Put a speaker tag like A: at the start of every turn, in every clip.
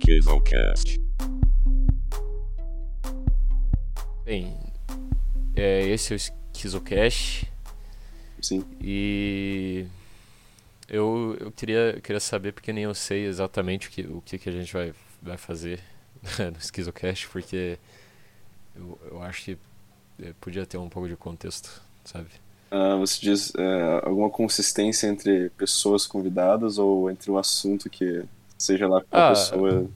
A: Esquizocast.
B: Bem, é, esse é o Schizocast
C: Sim.
B: e eu, eu queria, eu queria saber, porque nem eu sei exatamente o que, o que, que a gente vai, vai fazer no Schizocast, porque eu, eu acho que eh, podia ter um pouco de contexto, sabe?
C: Ah, você diz é, alguma consistência entre pessoas convidadas ou entre o assunto que seja lá qual
B: Ah,
C: pessoa.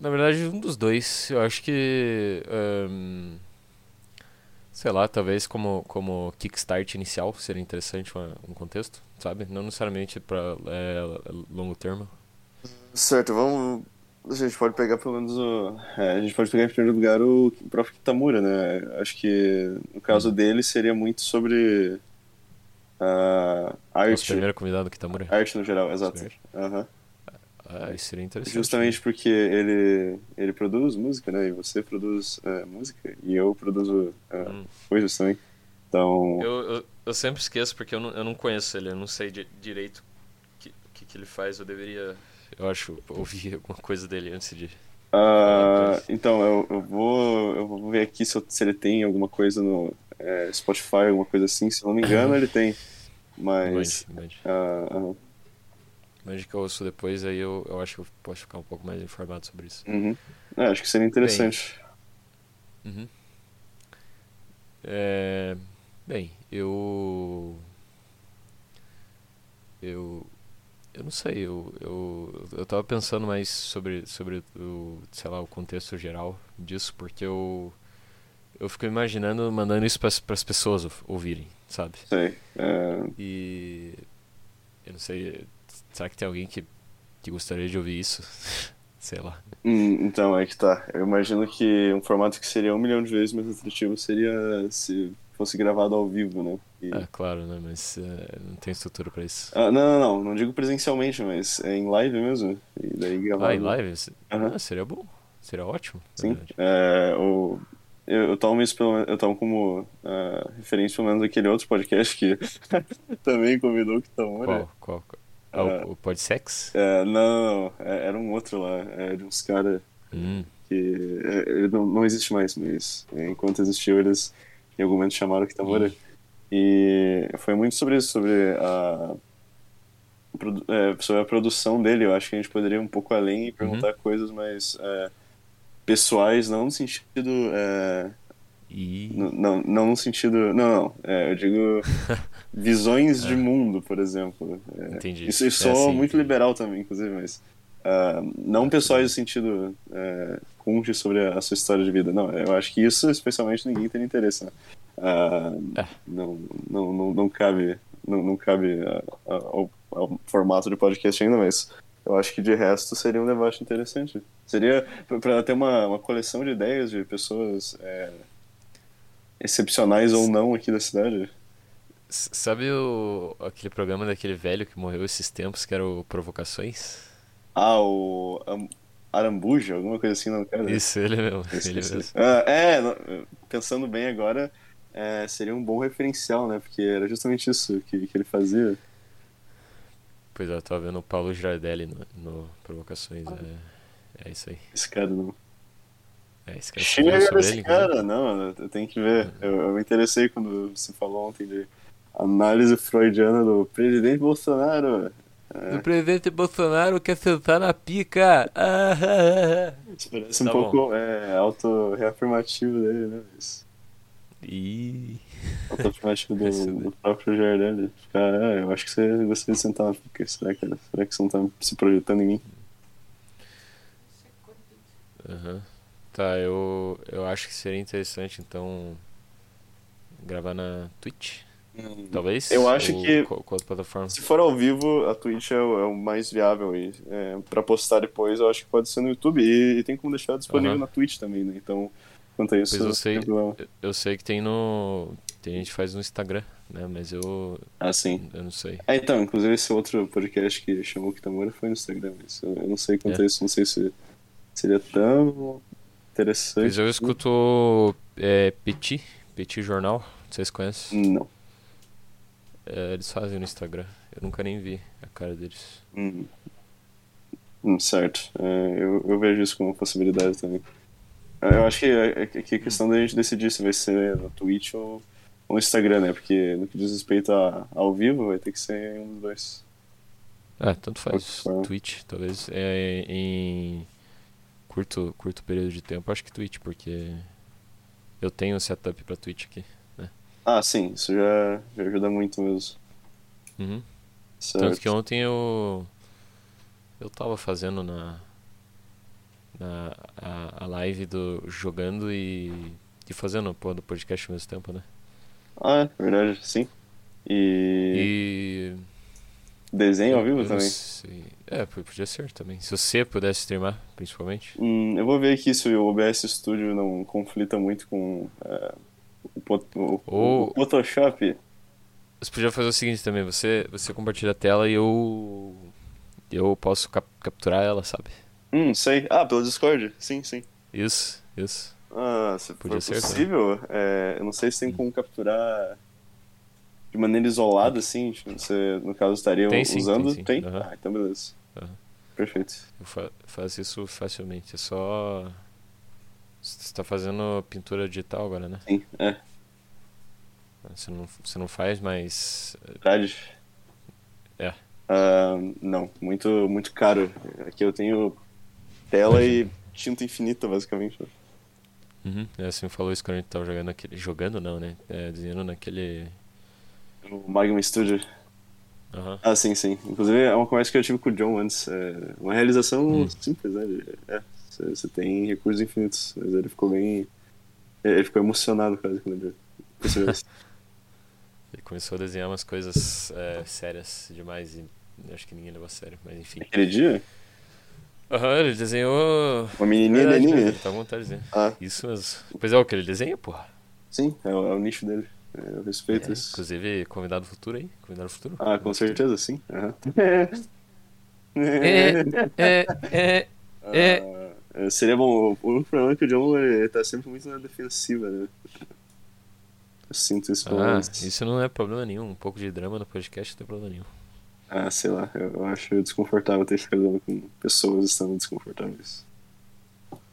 B: Na verdade, um dos dois. Eu acho que. ehm, sei lá, talvez como, como kickstart inicial seria interessante uma- um contexto, sabe? Não necessariamente para longo termo.
C: Certo, vamos. A gente pode pegar pelo menos o. é, a gente pode pegar em primeiro lugar o Prof. Kitamura, né? Acho que no caso dele seria muito sobre. ah,
B: Nosso
C: arte.
B: primeiro convidado, Kitamura.
C: Arte no geral, exato.
B: Certo.
C: Aham.
B: Ah, isso seria interessante.
C: Justamente porque ele, ele produz música, né? E você produz é, música. E eu produzo é,
B: Hum.
C: coisas também. Então.
B: Eu, eu, eu sempre esqueço porque eu não, eu não conheço ele, eu não sei di- direito o que, o que, que ele faz. Eu deveria, eu acho, ouvir alguma coisa dele antes de.
C: Ah, então, eu, eu vou eu vou ver aqui se, eu- se ele tem alguma coisa no é, Spotify, alguma coisa assim. Se eu não me engano, ele tem. Mas.
B: Mande, mande.
C: ah, ah,
B: Mande que eu ouço depois, aí eu, eu acho que eu posso ficar um pouco mais informado sobre isso.
C: uhum. É, acho que seria interessante.
B: Uhum. É, bem, eu. Eu. Eu não sei, eu, eu, eu tava pensando mais sobre, sobre o, sei lá, o contexto geral disso, porque eu, eu fico imaginando mandando isso pras as pessoas ou- ouvirem, sabe?
C: Sei. É,
B: E. Eu não sei, será que tem alguém que, que gostaria de ouvir isso? Sei lá.
C: hum, então, é que tá. Eu imagino que um formato que seria um milhão de vezes mais atrativo seria se fosse gravado ao vivo, né? E-
B: Ah, claro, né? Mas eh, não tem estrutura pra isso.
C: Ah, não, não, não. Não digo presencialmente, mas é em live mesmo. E daí gravado.
B: Ah, em live? Se-
C: Aham.
B: Ah, seria bom. Seria ótimo. na
C: Sim.
B: verdade.
C: É, o- eu, eu tomo isso pelo, eu tomo como ah, referência pelo menos aquele outro podcast que também convidou o Kitamura.
B: Qual? Qual? qual? Ah, o, o Podsex?
C: É, não, não, não. É, era um outro lá, é, de uns caras
B: Hum,
C: que é, ele não, não existe mais, mas é, enquanto existiu eles em algum momento chamaram o Kitamura. E foi muito sobre isso, sobre a, produ- é, sobre a produção dele. Eu acho que a gente poderia ir um pouco além e perguntar
B: Uhum.
C: coisas mais é, pessoais, não no sentido é,
B: e...
C: N- Não, não no sentido. Não, não. É, eu digo visões de mundo, por exemplo. É,
B: É. Entendi.
C: isso isso
B: É,
C: soa
B: sim,
C: muito
B: entendi.
C: liberal também, inclusive, mas. ah, não pessoais no sentido. é, conte sobre a, a sua história de vida. Não, eu acho que isso, especialmente, ninguém tem interesse. Né? Ah,
B: É.
C: não, não, não, não cabe. Não, não cabe ah, ah, ao, ao formato de podcast ainda, mas. Eu acho que de resto seria um debate interessante. Seria para ter uma, uma coleção de ideias de pessoas é, excepcionais ou não aqui da cidade.
B: S- Sabe o, aquele programa daquele velho que morreu esses tempos, que era o Provocações?
C: Ah, o Am- Arambuja, alguma coisa assim, não, cara?
B: Isso, ele mesmo.
C: Esse-
B: Ele
C: esse-
B: mesmo.
C: Ah, é, não, pensando bem agora, é, seria um bom referencial, né? Porque era justamente isso que, que ele fazia.
B: Pois é, eu tava vendo o Paulo Girardelli no, no Provocações. É, é isso aí.
C: Esse cara não.
B: É esse cara. Você viu
C: Chega
B: sobre
C: desse
B: ele, inclusive? É.
C: cara, não, eu tenho que ver. Eu, eu me interessei quando você falou ontem de análise freudiana do presidente Bolsonaro. né?
B: O presidente Bolsonaro quer sentar na pica. Ah, ah, ah, ah.
C: Isso parece um
B: Tá
C: pouco é, auto-reafirmativo dele, né? Isso.
B: Ih.
C: Auto-afirmativo
B: Esse é
C: do,
B: daí.
C: do próprio Jardel. Cara, ah, eu acho que você gostaria de sentar na pica. Será, cara? Será que você não tá se projetando em mim?
B: Aham. Tá, eu, eu acho que seria interessante então gravar na Twitch, talvez?
C: Hum, Eu acho
B: Ou
C: que-
B: Qual, qual outra plataforma?
C: Se for ao vivo, a Twitch é o, é o mais viável. E, é, pra postar depois, eu acho que pode ser no YouTube. E, e tem como deixar disponível
B: Aham.
C: na Twitch também, né? Então, quanto a isso,
B: Pois eu
C: não
B: sei.
C: tem problema.
B: Eu- Eu sei que tem no. Tem gente que faz no Instagram, né? Mas eu.
C: Ah, sim.
B: Eu não sei.
C: Ah, então, inclusive esse outro podcast que chamou o Kitamura foi no Instagram, mas eu eu não sei quanto
B: É.
C: a isso, não sei se seria tão
B: Mas
C: interessante.
B: eu escuto é, Petit, Petit Jornal, vocês conhecem?
C: Não.
B: É, eles fazem no Instagram. Eu nunca nem vi a cara deles.
C: Hum. Hum, Certo. É, eu, eu vejo isso como uma possibilidade também. É, Eu acho que é, é que a questão da gente decidir se vai ser no Twitch ou ou no Instagram, né? Porque no que diz respeito a, ao vivo, vai ter que ser um dos dois.
B: Ah, tanto faz.
C: Qualquer forma.
B: Twitch, talvez. É, em curto, curto período de tempo, acho que Twitch, porque eu tenho um setup pra Twitch aqui.
C: Ah, sim, isso já, já ajuda muito mesmo.
B: Uhum. Tanto
C: Certo.
B: que ontem eu. Eu tava fazendo na. na a, a live do. jogando e. e fazendo a porra do podcast ao mesmo tempo, né?
C: Ah, é verdade, sim. E,
B: E.
C: desenho ao
B: eu- eu
C: vivo
B: não
C: também.
B: sei- É, po- podia ser também. Se você pudesse streamar, principalmente.
C: Hum, eu vou ver aqui se o OBS Studio não conflita muito com é, o, pot- o-
B: Ou-
C: o Photoshop.
B: Você podia fazer o seguinte também, você, você compartilha a tela e eu. Eu posso cap- capturar ela, sabe?
C: Hum, sei. Ah, pelo Discord? Sim, sim.
B: Isso, isso.
C: Ah, se
B: Podia
C: for
B: ser, Hum. tá?
C: possível, é, eu não sei se tem como capturar de maneira isolada, assim, tipo, você, no caso, estaria
B: Tem sim,
C: usando?
B: tem sim. Aham.
C: Ah, então beleza.
B: Aham.
C: Perfeito.
B: Eu fa faço isso facilmente. É só. Você tá fazendo pintura digital agora, né?
C: Sim, é,
B: Você não, você não faz, mas.
C: verdade.
B: É.
C: Ah, não, muito, muito caro. Aqui eu tenho tela e tinta infinita, basicamente.
B: Uhum. É, você me falou isso quando a gente tava jogando aquele. Jogando não, né? É, desenhando naquele.
C: O Magma Studio.
B: Aham.
C: Ah, sim, sim. Inclusive, é uma conversa que eu tive com o John antes. É uma realização
B: Hum.
C: simples, né? de- É, você você tem recursos infinitos. Mas ele ficou bem. é, Ele ficou emocionado quase quando ele percebeu isso.
B: Ele começou a desenhar umas coisas é, sérias demais e acho que ninguém leva a sério, mas enfim.
C: Aquele dia,
B: Aham, ele desenhou.
C: uma menininha de
B: Verdade,
C: anime.
B: mesmo, Tá à vontade de desenhar.
C: Ah,
B: Isso mesmo. Pois é, o que ele desenha, porra.
C: sim, é o, é o nicho dele. É, Eu respeito
B: É,
C: isso.
B: inclusive, convidado futuro aí. Convidado futuro.
C: Ah, com certeza, sim. aham.
B: É, é, é.
C: Ah, seria bom. O único problema é que o John ele tá sempre muito na defensiva, né? Eu sinto isso pelo
B: Ah,
C: menos.
B: isso não é problema nenhum. Um pouco de drama no podcast não tem problema nenhum.
C: Ah, sei lá, eu eu acho desconfortável ter ficado lidando com pessoas estando desconfortáveis.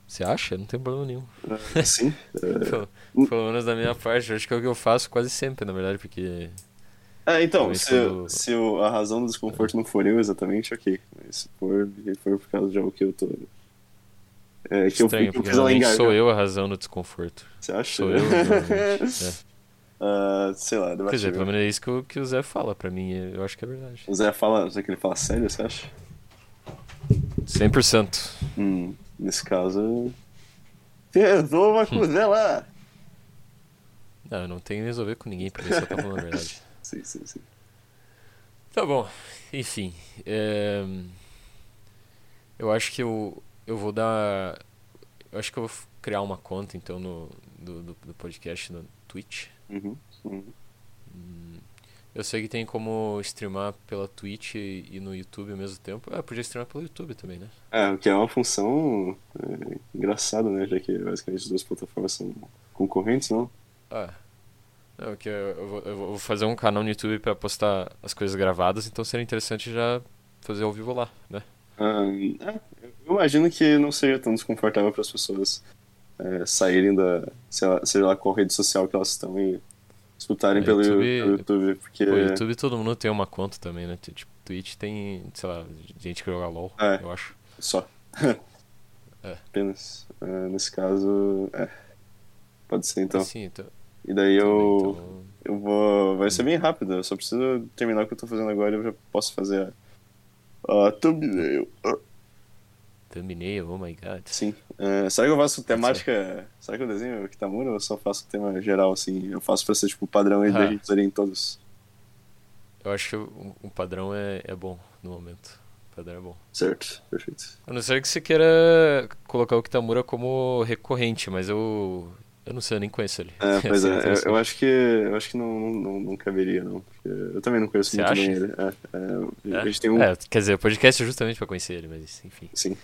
B: Você acha? Não tem problema nenhum.
C: Ah, Sim, é.
B: Pelo, pelo menos da minha parte, eu acho que é o que eu faço quase sempre, na verdade, porque.
C: Ah, então,
B: Talvez
C: se, eu-
B: quando-
C: se eu- a razão do desconforto não for eu exatamente, ok. Mas se for, se for por causa de algo que eu tô. É, que eu- que
B: Estranho,
C: eu,
B: porque
C: fiz ela
B: realmente
C: engajar.
B: sou eu a razão do desconforto.
C: Você acha?
B: Sou eu, provavelmente. É.
C: Ah, sei lá,
B: Quer dizer,
C: debate.
B: pelo menos é isso que o, que o Zé fala pra mim. Eu acho que é verdade.
C: O Zé fala, será que ele fala sério, você acha?
B: 100%.
C: Hum, nesse caso.
B: Hum.
C: Resolva com o Zé lá!
B: Não, eu não tenho que resolver com ninguém, porque ele só tá falando a verdade.
C: Sim, sim, sim.
B: Tá bom, enfim. é, Eu acho que eu, eu vou dar. Eu acho que eu vou f- criar uma conta, então, no, do, do, do podcast no Twitch.
C: Uhum, uhum.
B: Hum, Eu sei que tem como streamar pela Twitch e e no YouTube ao mesmo tempo. Ah, podia streamar pelo YouTube também, né?
C: É, o que é uma função é, engraçada, né? Já que basicamente as duas plataformas são concorrentes, não?
B: Ah. Não, que eu, eu vou, eu vou fazer um canal no YouTube pra postar as coisas gravadas, então seria interessante já fazer ao vivo lá, né?
C: Ah, é, eu imagino que não seja tão desconfortável para as pessoas é, saírem da, sei lá, seja lá qual rede social que elas estão e escutarem
B: É,
C: pelo
B: YouTube-
C: pelo YouTube, porque
B: Pô, YouTube todo mundo tem uma conta também, né? Tipo, Twitch tem, sei lá, gente que joga LOL,
C: É.
B: eu acho.
C: só.
B: É.
C: Apenas. É, nesse caso, é. Pode ser então.
B: Sim, então,
C: E daí eu.
B: também, Hum. então-
C: Eu vou. Vai ser bem rápido, eu só preciso terminar o que eu tô fazendo agora e eu já posso fazer a. a thumbnail. Ah,
B: Thumbnail, oh my god.
C: Sim. É, será que eu faço temática. Será que eu desenho o Kitamura ou eu só faço tema geral, assim? Eu faço pra ser tipo padrão e daí
B: Ah.
C: a gente usaria em todos.
B: Eu acho que um, um padrão é, é bom no momento. Padrão é bom.
C: Certo, perfeito.
B: A não ser que você queira colocar o Kitamura como recorrente, mas eu. Eu não sei, eu nem conheço ele.
C: É, pois
B: Seria
C: é, eu- eu
B: interessante.
C: acho que. Eu acho que não, não, não, não caberia, não. Porque eu também não conheço
B: Você
C: muito
B: acha?
C: bem ele. É, é,
B: É?
C: A gente tem um.
B: É, quer dizer, o podcast é justamente pra conhecer ele, mas enfim.
C: Sim.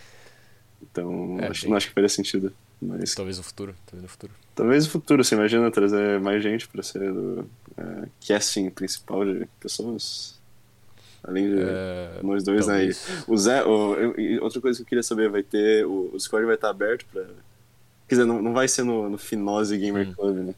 C: Então,
B: É,
C: acho,
B: bem.
C: não acho que faria sentido. Mas
B: Talvez no futuro, talvez no futuro.
C: Talvez no futuro, você imagina é, trazer mais gente pra ser do eh, casting principal de pessoas? Além de
B: É,
C: nós dois aí.
B: talvez.
C: O Zé, o- eu- e outra coisa que eu queria saber, vai ter. O, o Discord vai estar aberto pra. Quer dizer, não, não vai ser no, no Finose Gamer
B: Hum.
C: Club, né?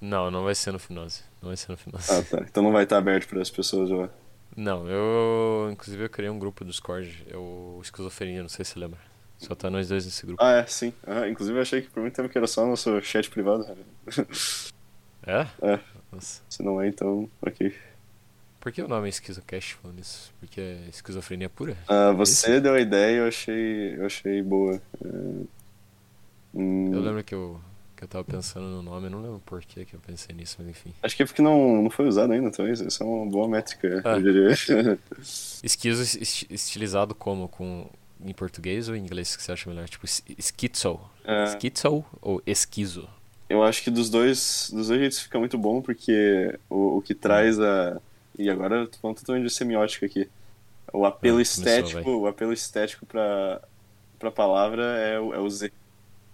B: Não, não vai ser no Finose. Não vai ser no Finose.
C: Ah, tá. Então não vai estar aberto para as pessoas lá.
B: Não, eu. Inclusive, eu criei um grupo do Discord. É o Esquizofrenia, não sei se você lembra. Só tá nós dois nesse grupo.
C: Ah, é, sim. Ah, inclusive eu achei que por muito tempo que era só nosso chat privado.
B: É?
C: É.
B: Nossa.
C: Se não é, então, ok.
B: Por que o nome é Esquizocast falando isso? Porque é esquizofrenia pura?
C: Ah, você deu a ideia e eu achei, eu achei boa. É, hum,
B: Eu lembro que eu, que eu tava pensando no nome, eu não lembro por que que eu pensei nisso, mas enfim.
C: Acho que é porque não, não foi usado ainda, talvez. Isso é uma boa métrica,
B: Ah.
C: eu diria.
B: Esquizo es- estilizado como? Com, em português ou em inglês que você acha melhor? Tipo, es- esquizo.
C: É.
B: Esquizo ou esquizo?
C: Eu acho que dos dois, dos dois jeitos fica muito bom, porque o, o que traz a. E agora eu tô falando totalmente de semiótica aqui. O apelo
B: Ah, começou,
C: estético,
B: vai.
C: o apelo estético pra, pra palavra é o, é o Z.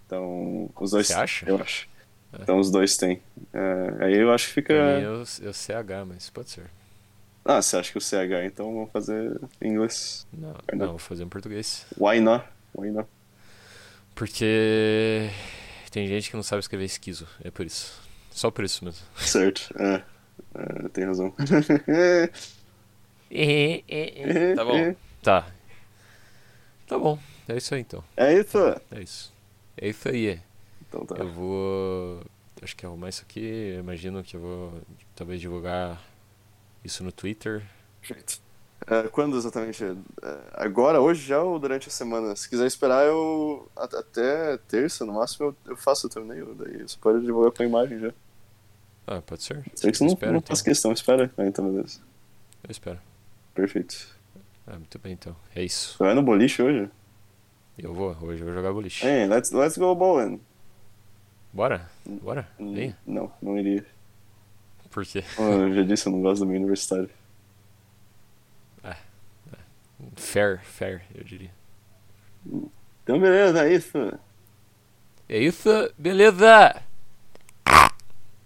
C: Então, os dois.
B: Você acha?
C: Eu acho.
B: É.
C: Então os dois têm. É, aí eu acho que fica.
B: Pra mim é o, é o CH, mas pode ser.
C: Ah, você acha que o CH, então vamos fazer em inglês.
B: Não,
C: Perdão.
B: não, vou fazer em português.
C: Why not? Why not?
B: Porque tem gente que não sabe escrever esquizo, é por isso. Só por isso mesmo.
C: Certo. É, é, tem razão.
B: tá bom. Tá. Tá bom. É isso aí então.
C: É isso.
B: É isso. É isso aí.
C: Então tá.
B: Eu vou. Acho que arrumar isso aqui. eu Imagino que eu vou talvez divulgar isso no Twitter.
C: Perfeito. É, quando exatamente? É, agora, hoje já ou durante a semana? Se quiser esperar, eu. at- Até terça, no máximo, eu, eu faço o torneio. Daí você pode divulgar com a imagem já.
B: Ah, pode ser?
C: Sei que você não,
B: Espera,
C: não
B: então.
C: faz questão, espera. Ah, então, beleza.
B: Eu espero.
C: Perfeito.
B: Ah, muito bem então. É isso.
C: Você vai no boliche hoje?
B: Eu vou. Hoje eu vou jogar boliche.
C: Hey, let's, let's go bowling.
B: Bora? Bora?
C: Hum,
B: Vem?
C: Não, não iria.
B: Por quê?
C: Como eu já disse, eu não gosto do meu universitário.
B: Fair, fair, eu diria.
C: Então, beleza, é isso.
B: É isso, beleza!